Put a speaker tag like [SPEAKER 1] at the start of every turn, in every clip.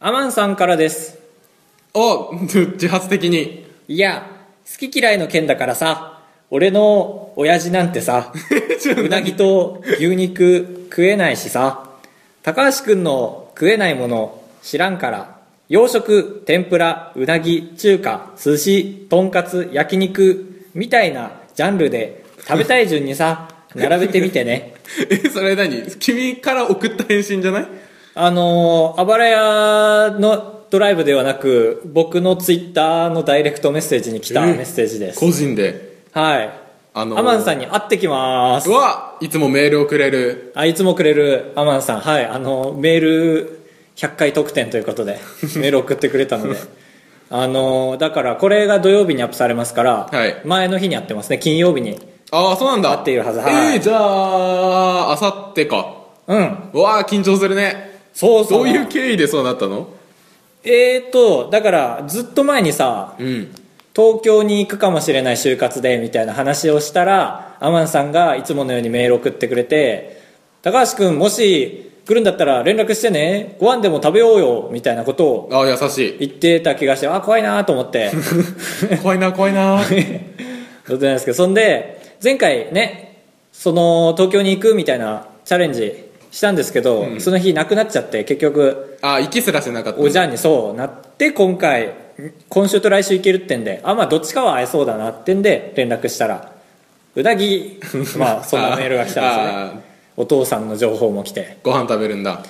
[SPEAKER 1] アマンさんからです。
[SPEAKER 2] お 自発的に。
[SPEAKER 1] いや、好き嫌いの件だからさ、俺の親父なんて さ、うなぎと牛肉食えないしさ、高橋くんの食えないもの知らんから、洋食、天ぷら、うなぎ、中華、寿司、とんかつ、焼肉、みたいなジャンルで食べたい順に さ、並べてみてね。
[SPEAKER 2] え、それ何君から送った返信じゃない
[SPEAKER 1] あのー、あばら屋のドライブではなく、僕のツイッターのダイレクトメッセージに来た
[SPEAKER 2] え
[SPEAKER 1] メッセージです。
[SPEAKER 2] 個人で。
[SPEAKER 1] はい。
[SPEAKER 2] あのー
[SPEAKER 1] アマンさんに会ってきま
[SPEAKER 2] う
[SPEAKER 1] す。
[SPEAKER 2] わいつもメールをくれる。
[SPEAKER 1] あ、いつもくれるアマンさん。はい。あの、メール100回特典という ことで、メール送ってくれたので。あの、だからこれが土曜日にアップされますから、
[SPEAKER 2] はい
[SPEAKER 1] 前の日にやってますね。金曜日に。
[SPEAKER 2] ああ、そうなんだ。
[SPEAKER 1] 合っているはずはい
[SPEAKER 2] えー、じゃあ、あさってか。
[SPEAKER 1] うん。
[SPEAKER 2] うわあ、緊張するね。
[SPEAKER 1] そうそう。
[SPEAKER 2] どういう経緯でそうなったの
[SPEAKER 1] えーと、だからずっと前にさ、
[SPEAKER 2] うん。
[SPEAKER 1] 東京に行くかもしれない就活でみたいな話をしたらアマンさんがいつものようにメール送ってくれて「高橋君もし来るんだったら連絡してねご飯でも食べようよ」みたいなことを
[SPEAKER 2] ああ、優し
[SPEAKER 1] 言ってた気がしてあ怖いなと思って
[SPEAKER 2] い。怖いな、怖いな。
[SPEAKER 1] どうでもないですけどそんで前回ねその東京に行くみたいなチャレンジしたんですけど、その日なくなっちゃって結局
[SPEAKER 2] ああ、息すらせなかった。
[SPEAKER 1] おじゃんにそうなって今回ん今週と来週行けるってんであまあどっちかは会えそうだなってんで連絡したらうなぎ まあそんなメールが来たんです
[SPEAKER 2] あ
[SPEAKER 1] ねお父さんの情報も来て
[SPEAKER 2] ご飯食べるんだ。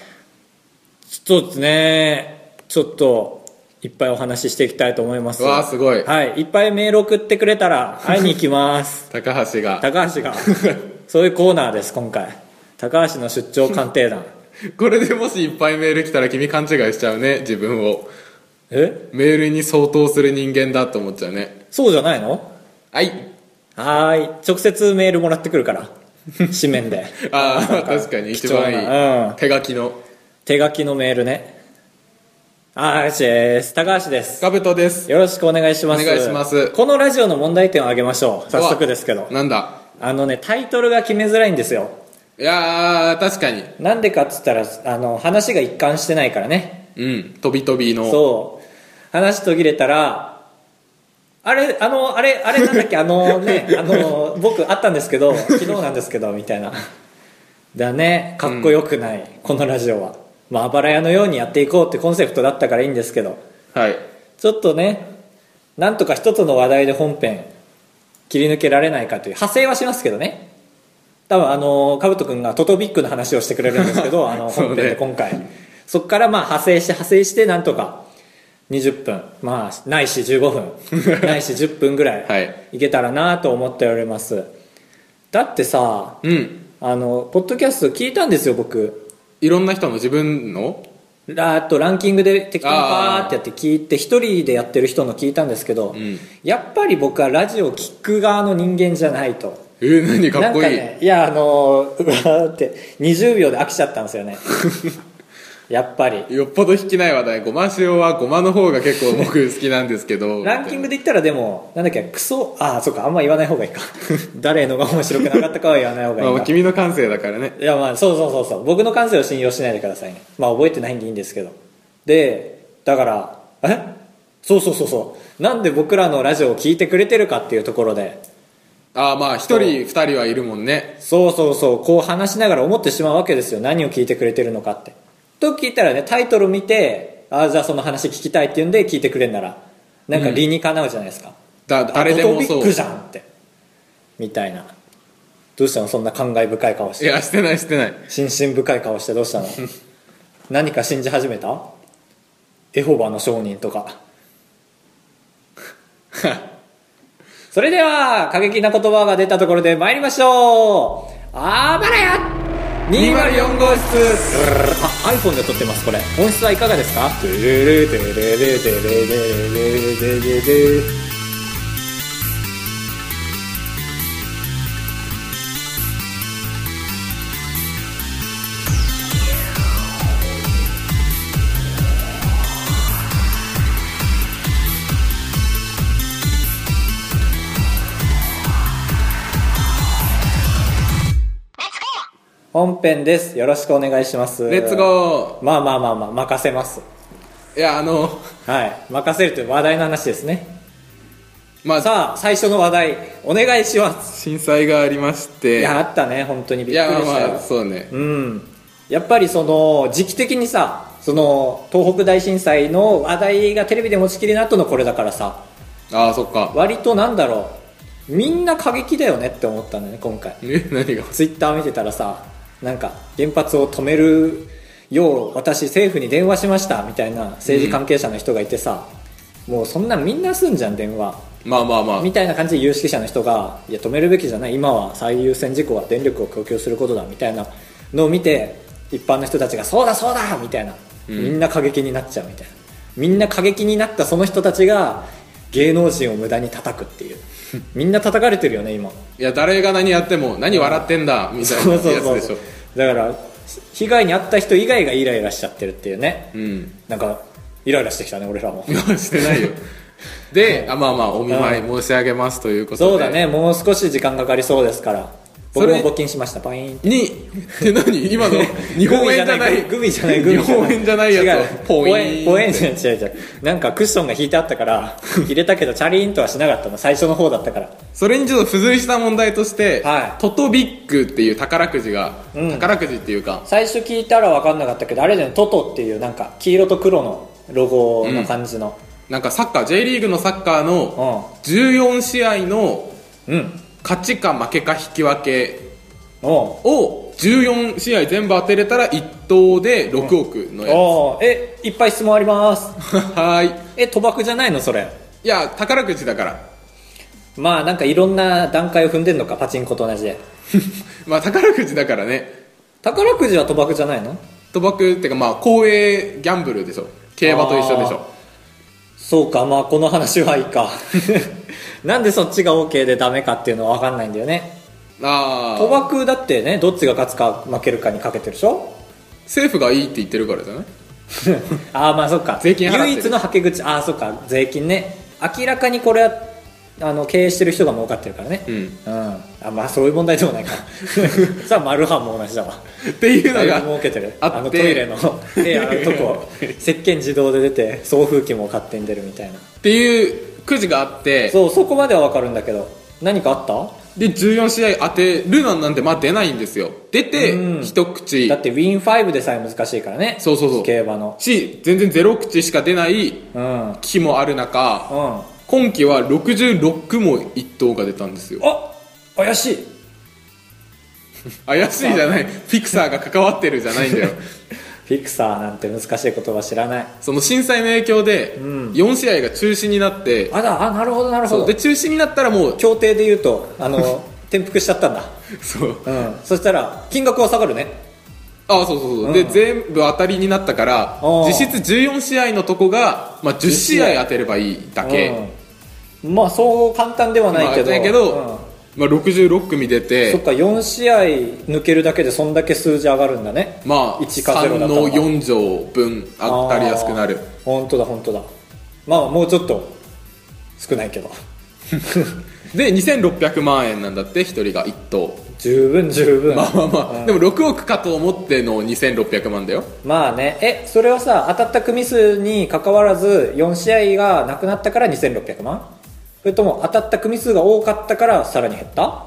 [SPEAKER 1] そうですねちょっといっぱいお話ししていきたいと思います
[SPEAKER 2] わあ、すごい。
[SPEAKER 1] はいいっぱいメール送ってくれたら会いに行きます
[SPEAKER 2] 高橋が。
[SPEAKER 1] 高橋がそういうコーナーです今回高橋の出張鑑定団
[SPEAKER 2] これでもしいっぱいメール来たら君勘違いしちゃうね、自分を。
[SPEAKER 1] え
[SPEAKER 2] メールに相当する人間だと思っちゃうね。
[SPEAKER 1] そうじゃないの
[SPEAKER 2] はい。
[SPEAKER 1] はーい直接メールもらってくるから紙面で
[SPEAKER 2] ああ、確かに一番
[SPEAKER 1] 貴重なう
[SPEAKER 2] い
[SPEAKER 1] ん
[SPEAKER 2] い。手書きの。
[SPEAKER 1] 手書きのメールねあーです高橋です
[SPEAKER 2] かぶとです。
[SPEAKER 1] よろしくお願いします
[SPEAKER 2] お願いします
[SPEAKER 1] このラジオの問題点を挙げましょう早速ですけ
[SPEAKER 2] う
[SPEAKER 1] ど
[SPEAKER 2] わなんだ。
[SPEAKER 1] あのねタイトルが決めづらいんですよ
[SPEAKER 2] いやー、確かに。
[SPEAKER 1] なんでかっつったらあの話が一貫してないからね
[SPEAKER 2] うん。飛び飛びの。
[SPEAKER 1] そう話途切れたらあれあのあれあれなんだっけあのねあの僕あったんですけど昨日なんですけどみたいなだねかっこよくない、このラジオはまああばら屋のようにやっていこうってコンセプトだったからいいんですけど
[SPEAKER 2] はい。
[SPEAKER 1] ちょっとね、なんとか一つの話題で本編切り抜けられないかという、派生はしますけどね。多分あの、かぶとくんがトトビックの話をしてくれるんですけ ど、あの、
[SPEAKER 2] そう
[SPEAKER 1] 本
[SPEAKER 2] ね
[SPEAKER 1] 編で今回。そこからまあ派生して派生して、なんとか20分、まあ、ないし15分、ない し10分ぐらい、
[SPEAKER 2] はい
[SPEAKER 1] いけたらなと思っております。だってさ、
[SPEAKER 2] うん。
[SPEAKER 1] あの、ポッドキャスト聞いたんですよ、僕。
[SPEAKER 2] いろんな人の自分の
[SPEAKER 1] ラーっとランキングで適当にバーってやって聞いて一人でやってる人の聞いたんですけど、
[SPEAKER 2] ん
[SPEAKER 1] やっぱり僕はラジオを聞く側の人間じゃないと
[SPEAKER 2] えー、何かっこいい。
[SPEAKER 1] なんかねいやあのーうわーって20秒で飽きちゃったんです よねやっぱり
[SPEAKER 2] よっぽど引きない話題。ごま塩はごまの方が結構僕好きなんですけど。
[SPEAKER 1] ランキングで言ったらでもなんだっけクソああそうかあんま言わない方がいいか 誰のが面白くなかったかは言わない方がいい
[SPEAKER 2] まあ
[SPEAKER 1] な、
[SPEAKER 2] まあ君の感性だからね。
[SPEAKER 1] いやまあそうそうそうそう僕の感性を信用しないでくださいねまあ覚えてないんでいいんですけどでだからえそうそうそうそうなんで僕らのラジオを聞いてくれてるかっていうところで
[SPEAKER 2] ああ、まあ一人二人はいるもんね。
[SPEAKER 1] そうそうそうこう話しながら思ってしまうわけですよ何を聞いてくれてるのかってと聞いたらねタイトル見てあじゃあその話聞きたいって言うんで聞いてくれんならなんか理にかなうじゃないですか、
[SPEAKER 2] だ、
[SPEAKER 1] あ
[SPEAKER 2] 誰で
[SPEAKER 1] ド
[SPEAKER 2] も
[SPEAKER 1] トピ
[SPEAKER 2] そ
[SPEAKER 1] ッ
[SPEAKER 2] う。
[SPEAKER 1] クじゃんってみたいなどうしたのそんな感慨深い顔して
[SPEAKER 2] いや、してないしてない。
[SPEAKER 1] 心身深い顔してどうしたの何か信じ始めたエホバの証人とかそれでは過激な言葉が出たところで参りましょうあばらや
[SPEAKER 2] 204号室
[SPEAKER 1] あ iPhone で撮ってますこれ音質はいかがですかトゥルルトゥルルトゥルルトゥルルトゥルル本編ですよろしくお願いします
[SPEAKER 2] レッツゴ
[SPEAKER 1] まあまあまあまあ任せます
[SPEAKER 2] いやあの
[SPEAKER 1] はい任せるという話題の話ですね
[SPEAKER 2] まあ
[SPEAKER 1] さあ最初の話題お願いします
[SPEAKER 2] 震災がありまして
[SPEAKER 1] いやあったね本当にび
[SPEAKER 2] い
[SPEAKER 1] っくり
[SPEAKER 2] やまあ
[SPEAKER 1] したよ
[SPEAKER 2] まあそうね
[SPEAKER 1] うんやっぱりその時期的にさその東北大震災の話題がテレビで持ちきりになったのこれだからさ
[SPEAKER 2] ああそっか
[SPEAKER 1] 割となんだろうみんな過激だよねって思ったんだよね今回
[SPEAKER 2] え 何が
[SPEAKER 1] ツイッター見てたらさなんか原発を止めるよう私政府に電話しましたみたいな政治関係者の人がいてさ、もうそんなみんなすんじゃん電話
[SPEAKER 2] まあまあまあ
[SPEAKER 1] みたいな感じで有識者の人がいや止めるべきじゃない今は最優先事項は電力を供給することだみたいなのを見て一般の人たちがそうだそうだみたいな
[SPEAKER 2] うん
[SPEAKER 1] みんな過激になっちゃうみたいな、みんな過激になったその人たちが芸能人を無駄に叩くっていうみんな叩かれてるよね今
[SPEAKER 2] いや誰が何やっても何笑ってんだみたいな
[SPEAKER 1] そう
[SPEAKER 2] やつ
[SPEAKER 1] そうそう
[SPEAKER 2] でしょ
[SPEAKER 1] だから被害に遭った人以外がイライラしちゃってるっていうね
[SPEAKER 2] うん
[SPEAKER 1] なんかイライラしてきたね俺らも
[SPEAKER 2] してないよであまあまあお見舞い申し上げますということで
[SPEAKER 1] そうだねもう少し時間かかりそうですから僕も
[SPEAKER 2] それ
[SPEAKER 1] 募金しましたパイン
[SPEAKER 2] にって何 今の日本円じゃ ない
[SPEAKER 1] グミじゃないグミじゃないグミじゃない
[SPEAKER 2] 日本円じゃないや
[SPEAKER 1] 違う
[SPEAKER 2] つ
[SPEAKER 1] ポ
[SPEAKER 2] ポ
[SPEAKER 1] イ
[SPEAKER 2] イ
[SPEAKER 1] ン
[SPEAKER 2] ン
[SPEAKER 1] ポインじゃない違う違うなんかクッションが引いてあったから入れたけどチャリーンとはしなかったの最初の方だったから
[SPEAKER 2] それにちょっと付随した問題として、
[SPEAKER 1] はい
[SPEAKER 2] トトビックっていう宝くじが、
[SPEAKER 1] うん
[SPEAKER 2] 宝くじっていうか
[SPEAKER 1] 最初聞いたら分かんなかったけどあれじゃないトトっていうなんか黄色と黒のロゴの感じの
[SPEAKER 2] なんかサッカー J リーグのサッカーの14試合の
[SPEAKER 1] うん、うん、
[SPEAKER 2] 勝ちか負けか引き分け
[SPEAKER 1] おう
[SPEAKER 2] を14試合全部当てれたら1等で6億のや
[SPEAKER 1] おうえいっぱい質問あります
[SPEAKER 2] つ、はーい
[SPEAKER 1] え賭博じゃないのそれ
[SPEAKER 2] いや宝くじだから
[SPEAKER 1] まあなんかいろんな段階を踏んでんのかパチンコと同じで
[SPEAKER 2] まあ宝くじだからね
[SPEAKER 1] 宝くじは賭博じゃないの
[SPEAKER 2] 賭博っていうかまあ公営ギャンブルでしょ競馬と一緒でしょ
[SPEAKER 1] そうかまあこの話はいい かなんでそっちが OK でダメかっていうのは分かんないんだよね
[SPEAKER 2] あ
[SPEAKER 1] 賭
[SPEAKER 2] あ
[SPEAKER 1] 博だってねどっちが勝つか負けるかにかけてるでしょ
[SPEAKER 2] 政府がいいって言ってるからじゃない
[SPEAKER 1] ああまあそっか
[SPEAKER 2] 税金払ってる
[SPEAKER 1] 唯一のはけ口ああそっか税金ね明らかにこれはあの経営してる人が儲かってるからね
[SPEAKER 2] うん
[SPEAKER 1] うん、あまあそういう問題でも ないかさあマルハンも同じだわ
[SPEAKER 2] っていうの
[SPEAKER 1] だい
[SPEAKER 2] が
[SPEAKER 1] ぶ儲けてる
[SPEAKER 2] あ
[SPEAKER 1] あ
[SPEAKER 2] って
[SPEAKER 1] のトイ レの手洗うとこ石鹸自動で出て送風機も勝手に出るみたいな
[SPEAKER 2] っていうくじがあって
[SPEAKER 1] そうそこまでは分かるんだけど何かあった
[SPEAKER 2] で14試合当てるなんなんてまあ出ないんですよ出
[SPEAKER 1] うん
[SPEAKER 2] て一口
[SPEAKER 1] だってウィン5でさえ難しいからね
[SPEAKER 2] そうそうそう
[SPEAKER 1] 競馬の
[SPEAKER 2] し全然ゼロ口しか出ない
[SPEAKER 1] うんうん
[SPEAKER 2] 期もある中
[SPEAKER 1] あ
[SPEAKER 2] 今期は66も1等が出たんですよ
[SPEAKER 1] 怪しい
[SPEAKER 2] 怪しいじゃないフィクサーが関わってるじゃないん だよ
[SPEAKER 1] フィクサーなんて難しい言葉知らない
[SPEAKER 2] その震災の影響で
[SPEAKER 1] うん
[SPEAKER 2] 4試合が中止になって、
[SPEAKER 1] あだあなるほどなるほ
[SPEAKER 2] そう
[SPEAKER 1] ど
[SPEAKER 2] で中止になったらもう
[SPEAKER 1] 協定で言うと あの転覆しちゃったんだ
[SPEAKER 2] そう
[SPEAKER 1] うんそしたら金額は下がるね
[SPEAKER 2] あそうそうそう、
[SPEAKER 1] う
[SPEAKER 2] で
[SPEAKER 1] ん
[SPEAKER 2] 全部当たりになったから
[SPEAKER 1] あー
[SPEAKER 2] 実質14試合のとこが、まあ、10試合当てればいいだけ、
[SPEAKER 1] うんまあそう簡単ではないけど,、
[SPEAKER 2] まあだけど
[SPEAKER 1] うん
[SPEAKER 2] まあ、66組出
[SPEAKER 1] そってか4試合抜けるだけでそんだけ数字上がるんだね
[SPEAKER 2] まあ
[SPEAKER 1] 1か0
[SPEAKER 2] 3
[SPEAKER 1] だった
[SPEAKER 2] の4乗分当たりやすくなる
[SPEAKER 1] 本当だ本当だまあもうちょっと少ないけど
[SPEAKER 2] で2600万円なんだって1人が1等
[SPEAKER 1] 十分十分
[SPEAKER 2] まあまあま
[SPEAKER 1] う
[SPEAKER 2] あ、
[SPEAKER 1] ん
[SPEAKER 2] でも6億かと思っての2600万だよ
[SPEAKER 1] まあねえそれはさ当たった組数に関わらず4試合がなくなったから2600万それとも当たった組数が多かったからさらに減った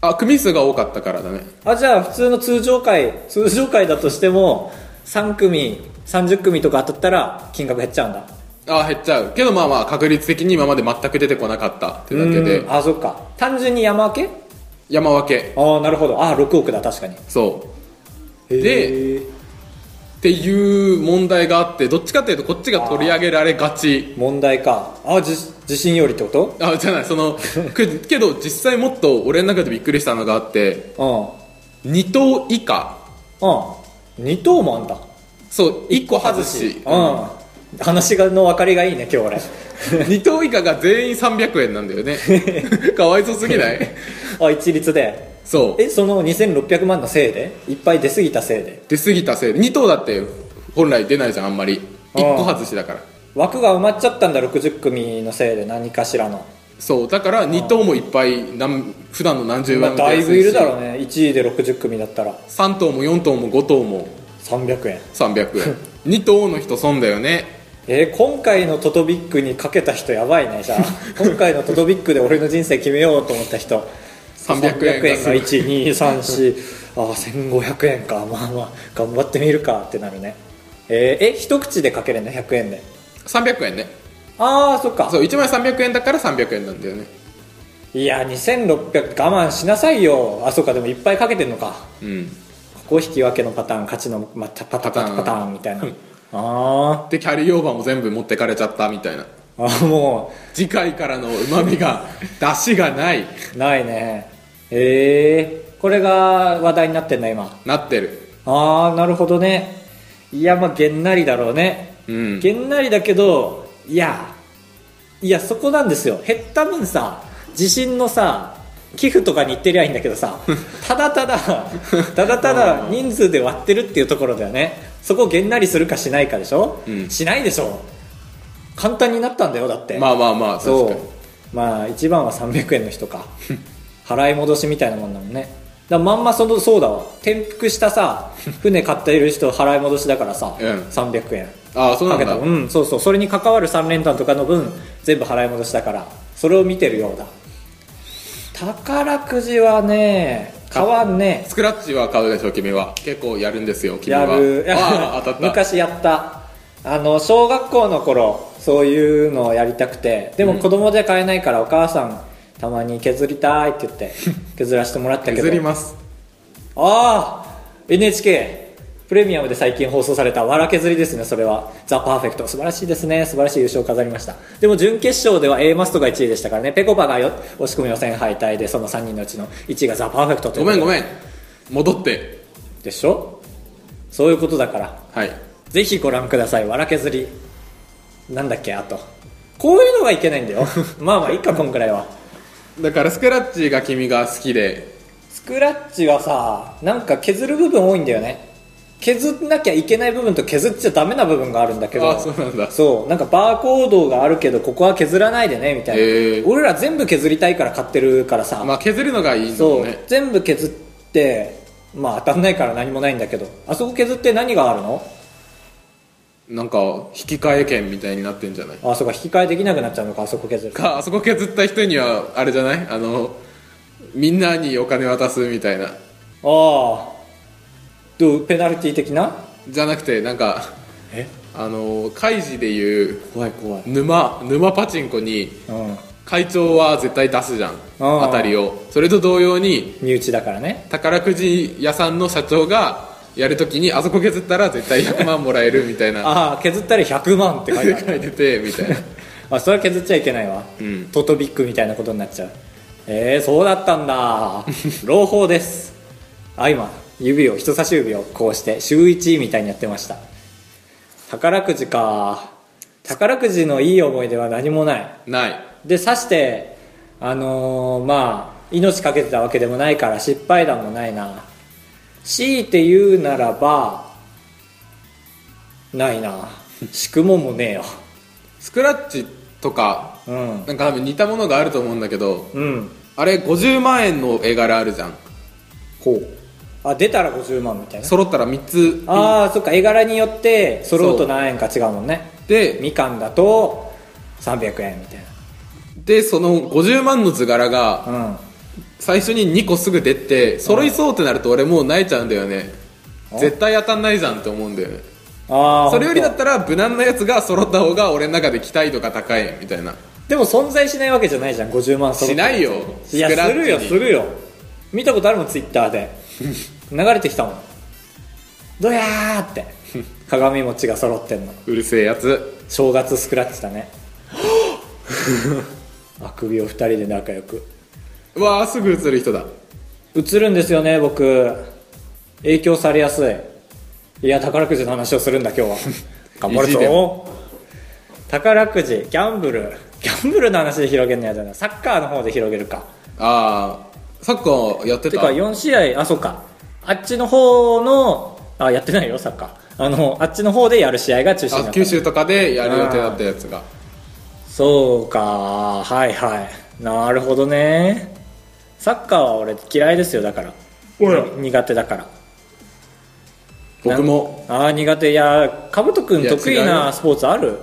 [SPEAKER 2] あ組数が多かったからだね
[SPEAKER 1] あじゃあ普通の通常回通常回だとしても3組30組とか当たったら金額減っちゃうんだ
[SPEAKER 2] あ減っちゃうけどまあまあ確率的に今まで全く出てこなかったってだけ
[SPEAKER 1] う
[SPEAKER 2] で
[SPEAKER 1] んあそっか単純に山分け
[SPEAKER 2] 山分け
[SPEAKER 1] ああなるほどああ6億だ確かに
[SPEAKER 2] そう
[SPEAKER 1] へ
[SPEAKER 2] で
[SPEAKER 1] え
[SPEAKER 2] っていう問題があってどっちかっていうとこっちが取り上げられがち
[SPEAKER 1] 問題かあじ地震よりってこ
[SPEAKER 2] あじゃないそ のくけど実際もっと俺の中でびっくりしたのがあって
[SPEAKER 1] と
[SPEAKER 2] 2等以下
[SPEAKER 1] うんうん2等もあんだ
[SPEAKER 2] そう1個外し
[SPEAKER 1] うん話がの分かりがいいね今日俺
[SPEAKER 2] 2等以下が全員300円なんだよねかわいそうすぎない
[SPEAKER 1] あ一律で
[SPEAKER 2] そう
[SPEAKER 1] えその2600万のせいでいっぱい出過ぎたせいで
[SPEAKER 2] 出過ぎたせいで2等だって本来出ないじゃんあんまり
[SPEAKER 1] うん
[SPEAKER 2] 1個外しだから
[SPEAKER 1] 枠が埋まっちゃったんだ60組のせいで何かしらの
[SPEAKER 2] そうだから2等もいっぱいなん普段の何十
[SPEAKER 1] まあ
[SPEAKER 2] 万
[SPEAKER 1] だいぶいるだろ
[SPEAKER 2] う
[SPEAKER 1] うね1位で60組だったら
[SPEAKER 2] 3等も4等も5等も
[SPEAKER 1] 300円
[SPEAKER 2] 300円2頭の人損だよね
[SPEAKER 1] えー今回のトトビックにかけた人やばいねじ ゃあ今回のトトビックで俺の人生決めようと思った人
[SPEAKER 2] 300円が
[SPEAKER 1] が1234ああ1500円かまあまあ頑張ってみるかってなるねえーえ一口でかけれんの100円で
[SPEAKER 2] 300円ね
[SPEAKER 1] ああそっか
[SPEAKER 2] そう1枚300円だから300円なんだよね
[SPEAKER 1] いや2600我慢しなさいよあそっかでもいっぱいかけてんのか
[SPEAKER 2] うん
[SPEAKER 1] ここ引き分けのパターン勝ちの、またパタパタパターンみたいな、
[SPEAKER 2] うん
[SPEAKER 1] あ
[SPEAKER 2] でキャリーオーバーも全部持ってかれちゃったみたいな
[SPEAKER 1] ーあも
[SPEAKER 2] 次回からのうまみ が出汁がないう
[SPEAKER 1] ないねえー、これが話題になってんだ今
[SPEAKER 2] なってる
[SPEAKER 1] ああなるほどねいやまあげんなりだろうね、
[SPEAKER 2] うん
[SPEAKER 1] げんなりだけどいやいやそこなんですよ減った分さ地震のさ寄付とかに行ってりゃいいんだけど さただただただただ人数で割ってるっていうところだよねそこげんなりするかしないかでしょ、
[SPEAKER 2] うん
[SPEAKER 1] しないでしょ簡単になったんだよだって
[SPEAKER 2] まあまあまあ確
[SPEAKER 1] そ
[SPEAKER 2] か
[SPEAKER 1] う
[SPEAKER 2] に
[SPEAKER 1] まあ一番は300円の人か 払い戻しみたいなもんなのねだからまんまそのそうだわ転覆した さ船買っている人払い戻しだからさ、
[SPEAKER 2] うん
[SPEAKER 1] 300円
[SPEAKER 2] ああそうな
[SPEAKER 1] かけ
[SPEAKER 2] んだ
[SPEAKER 1] たうんそうそうそれに関わる3連単とかの分全部払い戻しだからそれを見てるようだ宝くじはね買わんね
[SPEAKER 2] スクラッチは買うでしょ君は結構やるんですよ君は
[SPEAKER 1] やる
[SPEAKER 2] ああ当たった
[SPEAKER 1] 昔やったあの小学校の頃そういうのをやりたくてでも子供じゃ買えないからお母さんたまに削りたいって 言って削らせてもらったけど
[SPEAKER 2] 削ります
[SPEAKER 1] ああ NHK プレミアムで最近放送された「わら削り」ですねそれは「ザ・パーフェクト素晴らしいですね素晴らしい優勝を飾りましたでも準決勝では A マストが1位でしたからねぺこぱがよ惜しくも予選敗退でその3人のうちの1位がザ・パーフェクトとい
[SPEAKER 2] ご
[SPEAKER 1] うこと
[SPEAKER 2] め
[SPEAKER 1] で
[SPEAKER 2] んごめん戻って
[SPEAKER 1] でしょそういうことだから
[SPEAKER 2] はい
[SPEAKER 1] ぜひご覧ください、わら削り。なんだっけ、あと。こういうのがいけないんだ よ。まあまあ、いいか、こんくらいは。
[SPEAKER 2] だからスクラッチが君が好きで
[SPEAKER 1] スクラッチはさ、なんか削る部分多いんだよね。削んなきゃいけない部分と削っちゃダメな部分があるんだけど。
[SPEAKER 2] あそうなんだ
[SPEAKER 1] そうなんかバーコードがあるけど、ここは削らないでね、みたいな
[SPEAKER 2] へー。
[SPEAKER 1] 俺ら全部削りたいから買ってるからさ。
[SPEAKER 2] まあ削るのがいい
[SPEAKER 1] そ
[SPEAKER 2] の
[SPEAKER 1] う、
[SPEAKER 2] ね
[SPEAKER 1] 全部削って、まあ当たんないから何もないんだけど。あそこ削って何があるの
[SPEAKER 2] なんか引き換え券みたいになってんじゃない
[SPEAKER 1] あ、そうか、引き換えできなくなっちゃうのか、あそこ削ると。
[SPEAKER 2] かあそこ削った人にはあれじゃないあのみんなにお金渡すみたいな
[SPEAKER 1] ああどうペナルティ的な
[SPEAKER 2] じゃなくてなんか
[SPEAKER 1] え
[SPEAKER 2] あの開示でいう
[SPEAKER 1] 怖い怖い
[SPEAKER 2] 沼沼パチンコに
[SPEAKER 1] うん
[SPEAKER 2] 会長は絶対出すじゃん
[SPEAKER 1] あー
[SPEAKER 2] 当たりをそれと同様に
[SPEAKER 1] 身内だからね
[SPEAKER 2] 宝くじ屋さんの社長がやるときにあそこ削ったら絶対100万もらえるみたいな
[SPEAKER 1] ああ削ったり100万って書いてあ る
[SPEAKER 2] 書いててみたいな
[SPEAKER 1] あそれは削っちゃいけないわ、
[SPEAKER 2] うん
[SPEAKER 1] トトビックみたいなことになっちゃうえー、そうだったん だ朗報ですあ今指を人差し指をこうして週1みたいにやってました宝くじか宝くじのいい思い出は何もない
[SPEAKER 2] ない
[SPEAKER 1] で刺してあのーまあ命かけてたわけでもないから失敗談もないな強いて言うならばないな仕組ももねえよ
[SPEAKER 2] スクラッチとか
[SPEAKER 1] うん
[SPEAKER 2] なんか多分似たものがあると思うんだけど
[SPEAKER 1] うん
[SPEAKER 2] あれ50万円の絵柄あるじゃん
[SPEAKER 1] こうあ出たら50万みたいな
[SPEAKER 2] 揃ったら3つ
[SPEAKER 1] ああそっか絵柄によって揃うと何円か違うもんね
[SPEAKER 2] で
[SPEAKER 1] みかんだと300円みたい
[SPEAKER 2] でその50万の図柄が
[SPEAKER 1] なうん
[SPEAKER 2] 最初に2個すぐ出て揃いそうってなると俺もう泣いちゃうんだよね
[SPEAKER 1] あ
[SPEAKER 2] 絶対当たんないじゃんって思うんだよね
[SPEAKER 1] ああ
[SPEAKER 2] それよりだったら無難なやつが揃った方が俺の中で期待度が高いみたいな
[SPEAKER 1] でも存在しないわけじゃないじゃん50万揃
[SPEAKER 2] し
[SPEAKER 1] って
[SPEAKER 2] ないよ
[SPEAKER 1] いや
[SPEAKER 2] スクラッ
[SPEAKER 1] す
[SPEAKER 2] チに
[SPEAKER 1] るよするよ見たことあるもんツイッター で流れてきたもんドヤーって 鏡餅が揃ってんの
[SPEAKER 2] うるせえやつ
[SPEAKER 1] 正月スクラッチだ ねあくびを2人で仲良く
[SPEAKER 2] うわあすぐ映る人だ
[SPEAKER 1] 映るんですよね僕影響されやすいいや宝くじの話をするんだ 今日は頑張る
[SPEAKER 2] 意地で
[SPEAKER 1] ぞ宝くじギャンブルギャンブルの話で広げるのやだなサッカーの方で広げるか
[SPEAKER 2] ああサッカーやって
[SPEAKER 1] て
[SPEAKER 2] た
[SPEAKER 1] か4試合あそうかあっちの方のあやってないよサッカーあのあっちの方でやる試合が中止になった
[SPEAKER 2] あ九州とかでやる予定だったやつが
[SPEAKER 1] そうかはいはいなるほどねサッカーは俺嫌いですよだから苦手だから
[SPEAKER 2] 僕も
[SPEAKER 1] ああ苦手いやかぶとくん得
[SPEAKER 2] い
[SPEAKER 1] 意
[SPEAKER 2] や違う
[SPEAKER 1] な
[SPEAKER 2] よ
[SPEAKER 1] スポーツある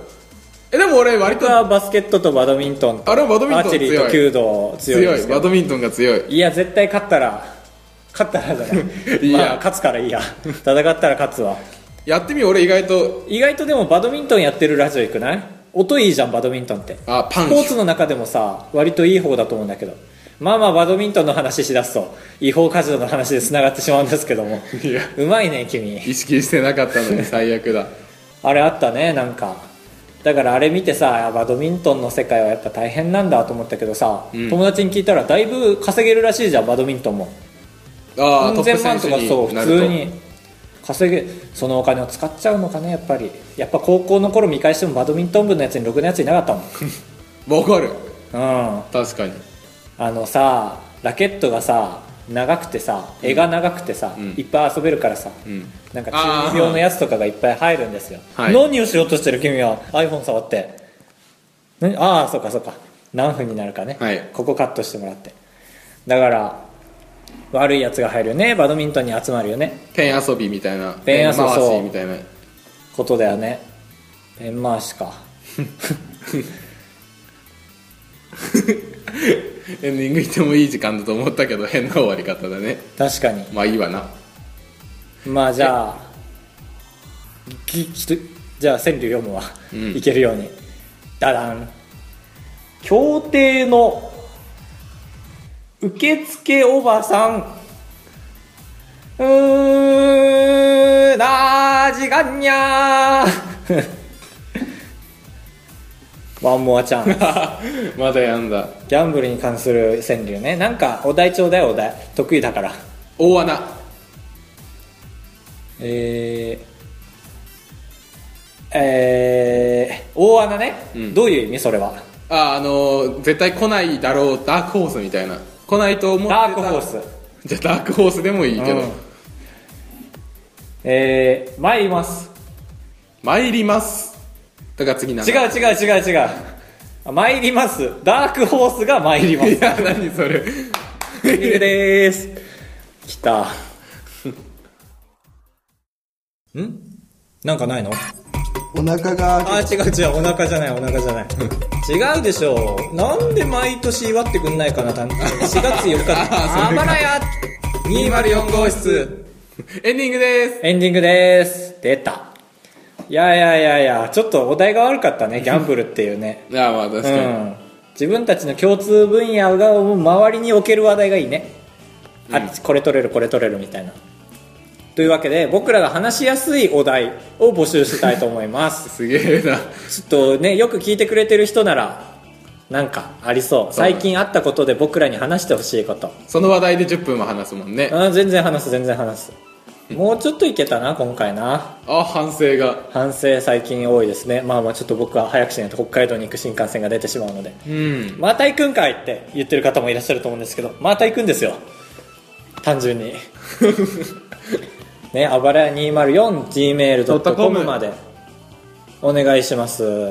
[SPEAKER 2] えでも俺割
[SPEAKER 1] 僕
[SPEAKER 2] と
[SPEAKER 1] はバスケットとバドミントンと
[SPEAKER 2] あれはバドミントン
[SPEAKER 1] アーチェリー
[SPEAKER 2] 強
[SPEAKER 1] と
[SPEAKER 2] い
[SPEAKER 1] 弓道強い
[SPEAKER 2] 強
[SPEAKER 1] で
[SPEAKER 2] い
[SPEAKER 1] すよ
[SPEAKER 2] バドミントンが強い
[SPEAKER 1] いや絶対勝ったら勝ったらじゃない
[SPEAKER 2] いや
[SPEAKER 1] まあ、勝つからいいや戦ったら勝つわ
[SPEAKER 2] やってみよう俺意外と
[SPEAKER 1] 意外とでもバドミントンやってるラジオ行くない音いいじゃんバドミントンって
[SPEAKER 2] あパン
[SPEAKER 1] スポーツの中でもさ割といい方だと思うんだけどまあまあバドミントンの話しだすと違法カジノの話でつながってしまうんですけども
[SPEAKER 2] いや
[SPEAKER 1] うまいね君
[SPEAKER 2] 意識してなかったのに最悪だ
[SPEAKER 1] あれあったねなんかだからあれ見てさバドミントンの世界はやっぱ大変なんだと思ったけどさ、
[SPEAKER 2] ん
[SPEAKER 1] 友達に聞いたらだいぶ稼げるらしいじゃんバドミントンも
[SPEAKER 2] ああトップ
[SPEAKER 1] 3000万と
[SPEAKER 2] 選手
[SPEAKER 1] かそう
[SPEAKER 2] にな
[SPEAKER 1] 普
[SPEAKER 2] ると
[SPEAKER 1] 通に稼げそのお金を使っちゃうのかねやっぱりやっぱ高校の頃見返してもバドミントン部のやつにろくなやついなかったもん
[SPEAKER 2] わかる
[SPEAKER 1] うん
[SPEAKER 2] 確かに
[SPEAKER 1] あのさラケットがさ長くてさ柄が長くてさ、
[SPEAKER 2] ん
[SPEAKER 1] いっぱい遊べるからさ、
[SPEAKER 2] うん
[SPEAKER 1] なんか中二病のやつとかがいっぱい入るんですよ、
[SPEAKER 2] はい
[SPEAKER 1] 何をしようとしてる君は iPhone 触って何ああそうかそうか何分になるかね、
[SPEAKER 2] はい
[SPEAKER 1] ここカットしてもらってだから悪いやつが入るよねバドミントンに集まるよね
[SPEAKER 2] ペン遊びみたいな
[SPEAKER 1] ペン遊び
[SPEAKER 2] 回
[SPEAKER 1] そう
[SPEAKER 2] しみたいな
[SPEAKER 1] ことだよねペン回しか
[SPEAKER 2] エンディング行ってもいい時間だと思ったけど変な終わり方だね
[SPEAKER 1] 確かに
[SPEAKER 2] まあいいわな
[SPEAKER 1] まあじゃあぎきとじゃあ川柳読むわ、
[SPEAKER 2] うん
[SPEAKER 1] いけるようにダダン協定の受付おばさんうーなーじがんにゃー ワンモアチ ャンス
[SPEAKER 2] まだやんだ
[SPEAKER 1] ギャンブルに関する川柳ねなんかお題ちょうだいお題得意だから
[SPEAKER 2] 大穴
[SPEAKER 1] えー、えー、大穴ね、
[SPEAKER 2] うん
[SPEAKER 1] どういう意味それは
[SPEAKER 2] ああのー絶対来ないだろうダークホースみたいな来ないと思ってた
[SPEAKER 1] ダークホース
[SPEAKER 2] じゃあダークホースでもいいけど、
[SPEAKER 1] うんえー、参ります
[SPEAKER 2] 参りますだから次なん
[SPEAKER 1] 違う
[SPEAKER 2] だ
[SPEAKER 1] 違う違う違うあ参りますダークホースが参りま
[SPEAKER 2] い
[SPEAKER 1] す
[SPEAKER 2] や何それ
[SPEAKER 1] エンディングでーす来 たんなんかないの
[SPEAKER 3] お腹が
[SPEAKER 1] あー違う違うお腹じゃないお腹じゃない違うでしょうなんで毎年祝ってくんないかな担当4月4日
[SPEAKER 2] あーそれか
[SPEAKER 1] らや
[SPEAKER 2] 204号室エンディングです
[SPEAKER 1] エンディングです出たいやいやいやいやちょっとお題が悪かったねギャンブルっていうね
[SPEAKER 2] ああまあ確
[SPEAKER 1] う
[SPEAKER 2] かに、
[SPEAKER 1] ん自分たちの共通分野が周りにおける話題がいいねあっちこれ取れるこれ取れるみたいなというわけで僕らが話しやすいお題を募集したいと思います
[SPEAKER 2] すげえな
[SPEAKER 1] ちょっとねよく聞いてくれてる人ならなんかありそう
[SPEAKER 2] そうね
[SPEAKER 1] 最近あったことで僕らに話してほしいこと
[SPEAKER 2] その話題で10分も話すもんね
[SPEAKER 1] あ全然話す全然話すもうちょっといけたな今回な
[SPEAKER 2] あ反省が
[SPEAKER 1] 反省最近多いですねまあまあちょっと僕は早くしないと北海道に行く新幹線が出てしまうので
[SPEAKER 2] うん
[SPEAKER 1] また行くんかいって言ってる方もいらっしゃると思うんですけどまた行くんですよ単純 にねあばらや 204gmail.com までお願いします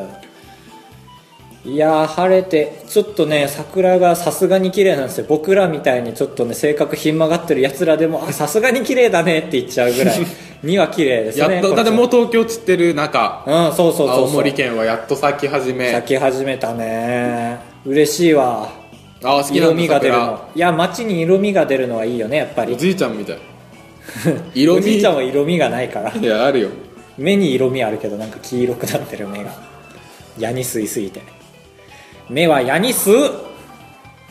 [SPEAKER 1] いやー晴れてちょっとね桜がさすがに綺麗なんですよ僕らみたいにちょっとね性格ひん曲がってるやつらでもあさすがに綺麗だねって言っちゃう ぐらいには綺麗ですね
[SPEAKER 2] やっとだってもう東京散ってる中
[SPEAKER 1] うんそうそうそうそう
[SPEAKER 2] 青森県はやっと咲き始め
[SPEAKER 1] 咲き始めたね嬉しいわ
[SPEAKER 2] ああ好きな
[SPEAKER 1] 色
[SPEAKER 2] んだ
[SPEAKER 1] 味が出る
[SPEAKER 2] 桜
[SPEAKER 1] のいや街に色味が出るのはいいよねやっぱ
[SPEAKER 2] お
[SPEAKER 1] り
[SPEAKER 2] じいちゃんみ たい色
[SPEAKER 1] お
[SPEAKER 2] 味
[SPEAKER 1] じいちゃんは色味がないから
[SPEAKER 2] いやあるよ
[SPEAKER 1] 目に色味あるけどなんか黄色くなってる目がヤニ吸いすぎて目はヤニ吸う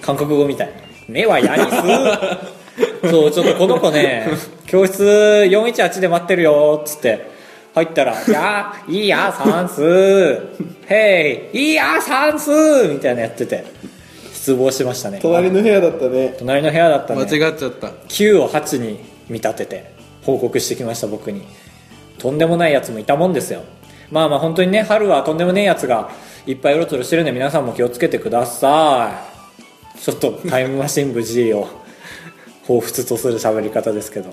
[SPEAKER 1] 韓国語みたい目はヤニ吸うそうちょっとこの子ね教室418で待ってるよっつって入ったら「やいいやさんすへいいいやさんす」みたいなやってて失望しましたね
[SPEAKER 3] 隣の部屋だったね
[SPEAKER 1] 隣の部屋だった
[SPEAKER 2] 間
[SPEAKER 1] ね
[SPEAKER 2] 違っちゃった
[SPEAKER 1] 9を8に見立てて報告してきました僕にとんでもないやつもいたもんですよまあまあ本当にね春はとんでもねえやつがいっぱいうろつろしてるんで皆さんも気をつけてくださいちょっとタイムマシン部 G を彷彿とする喋り方ですけど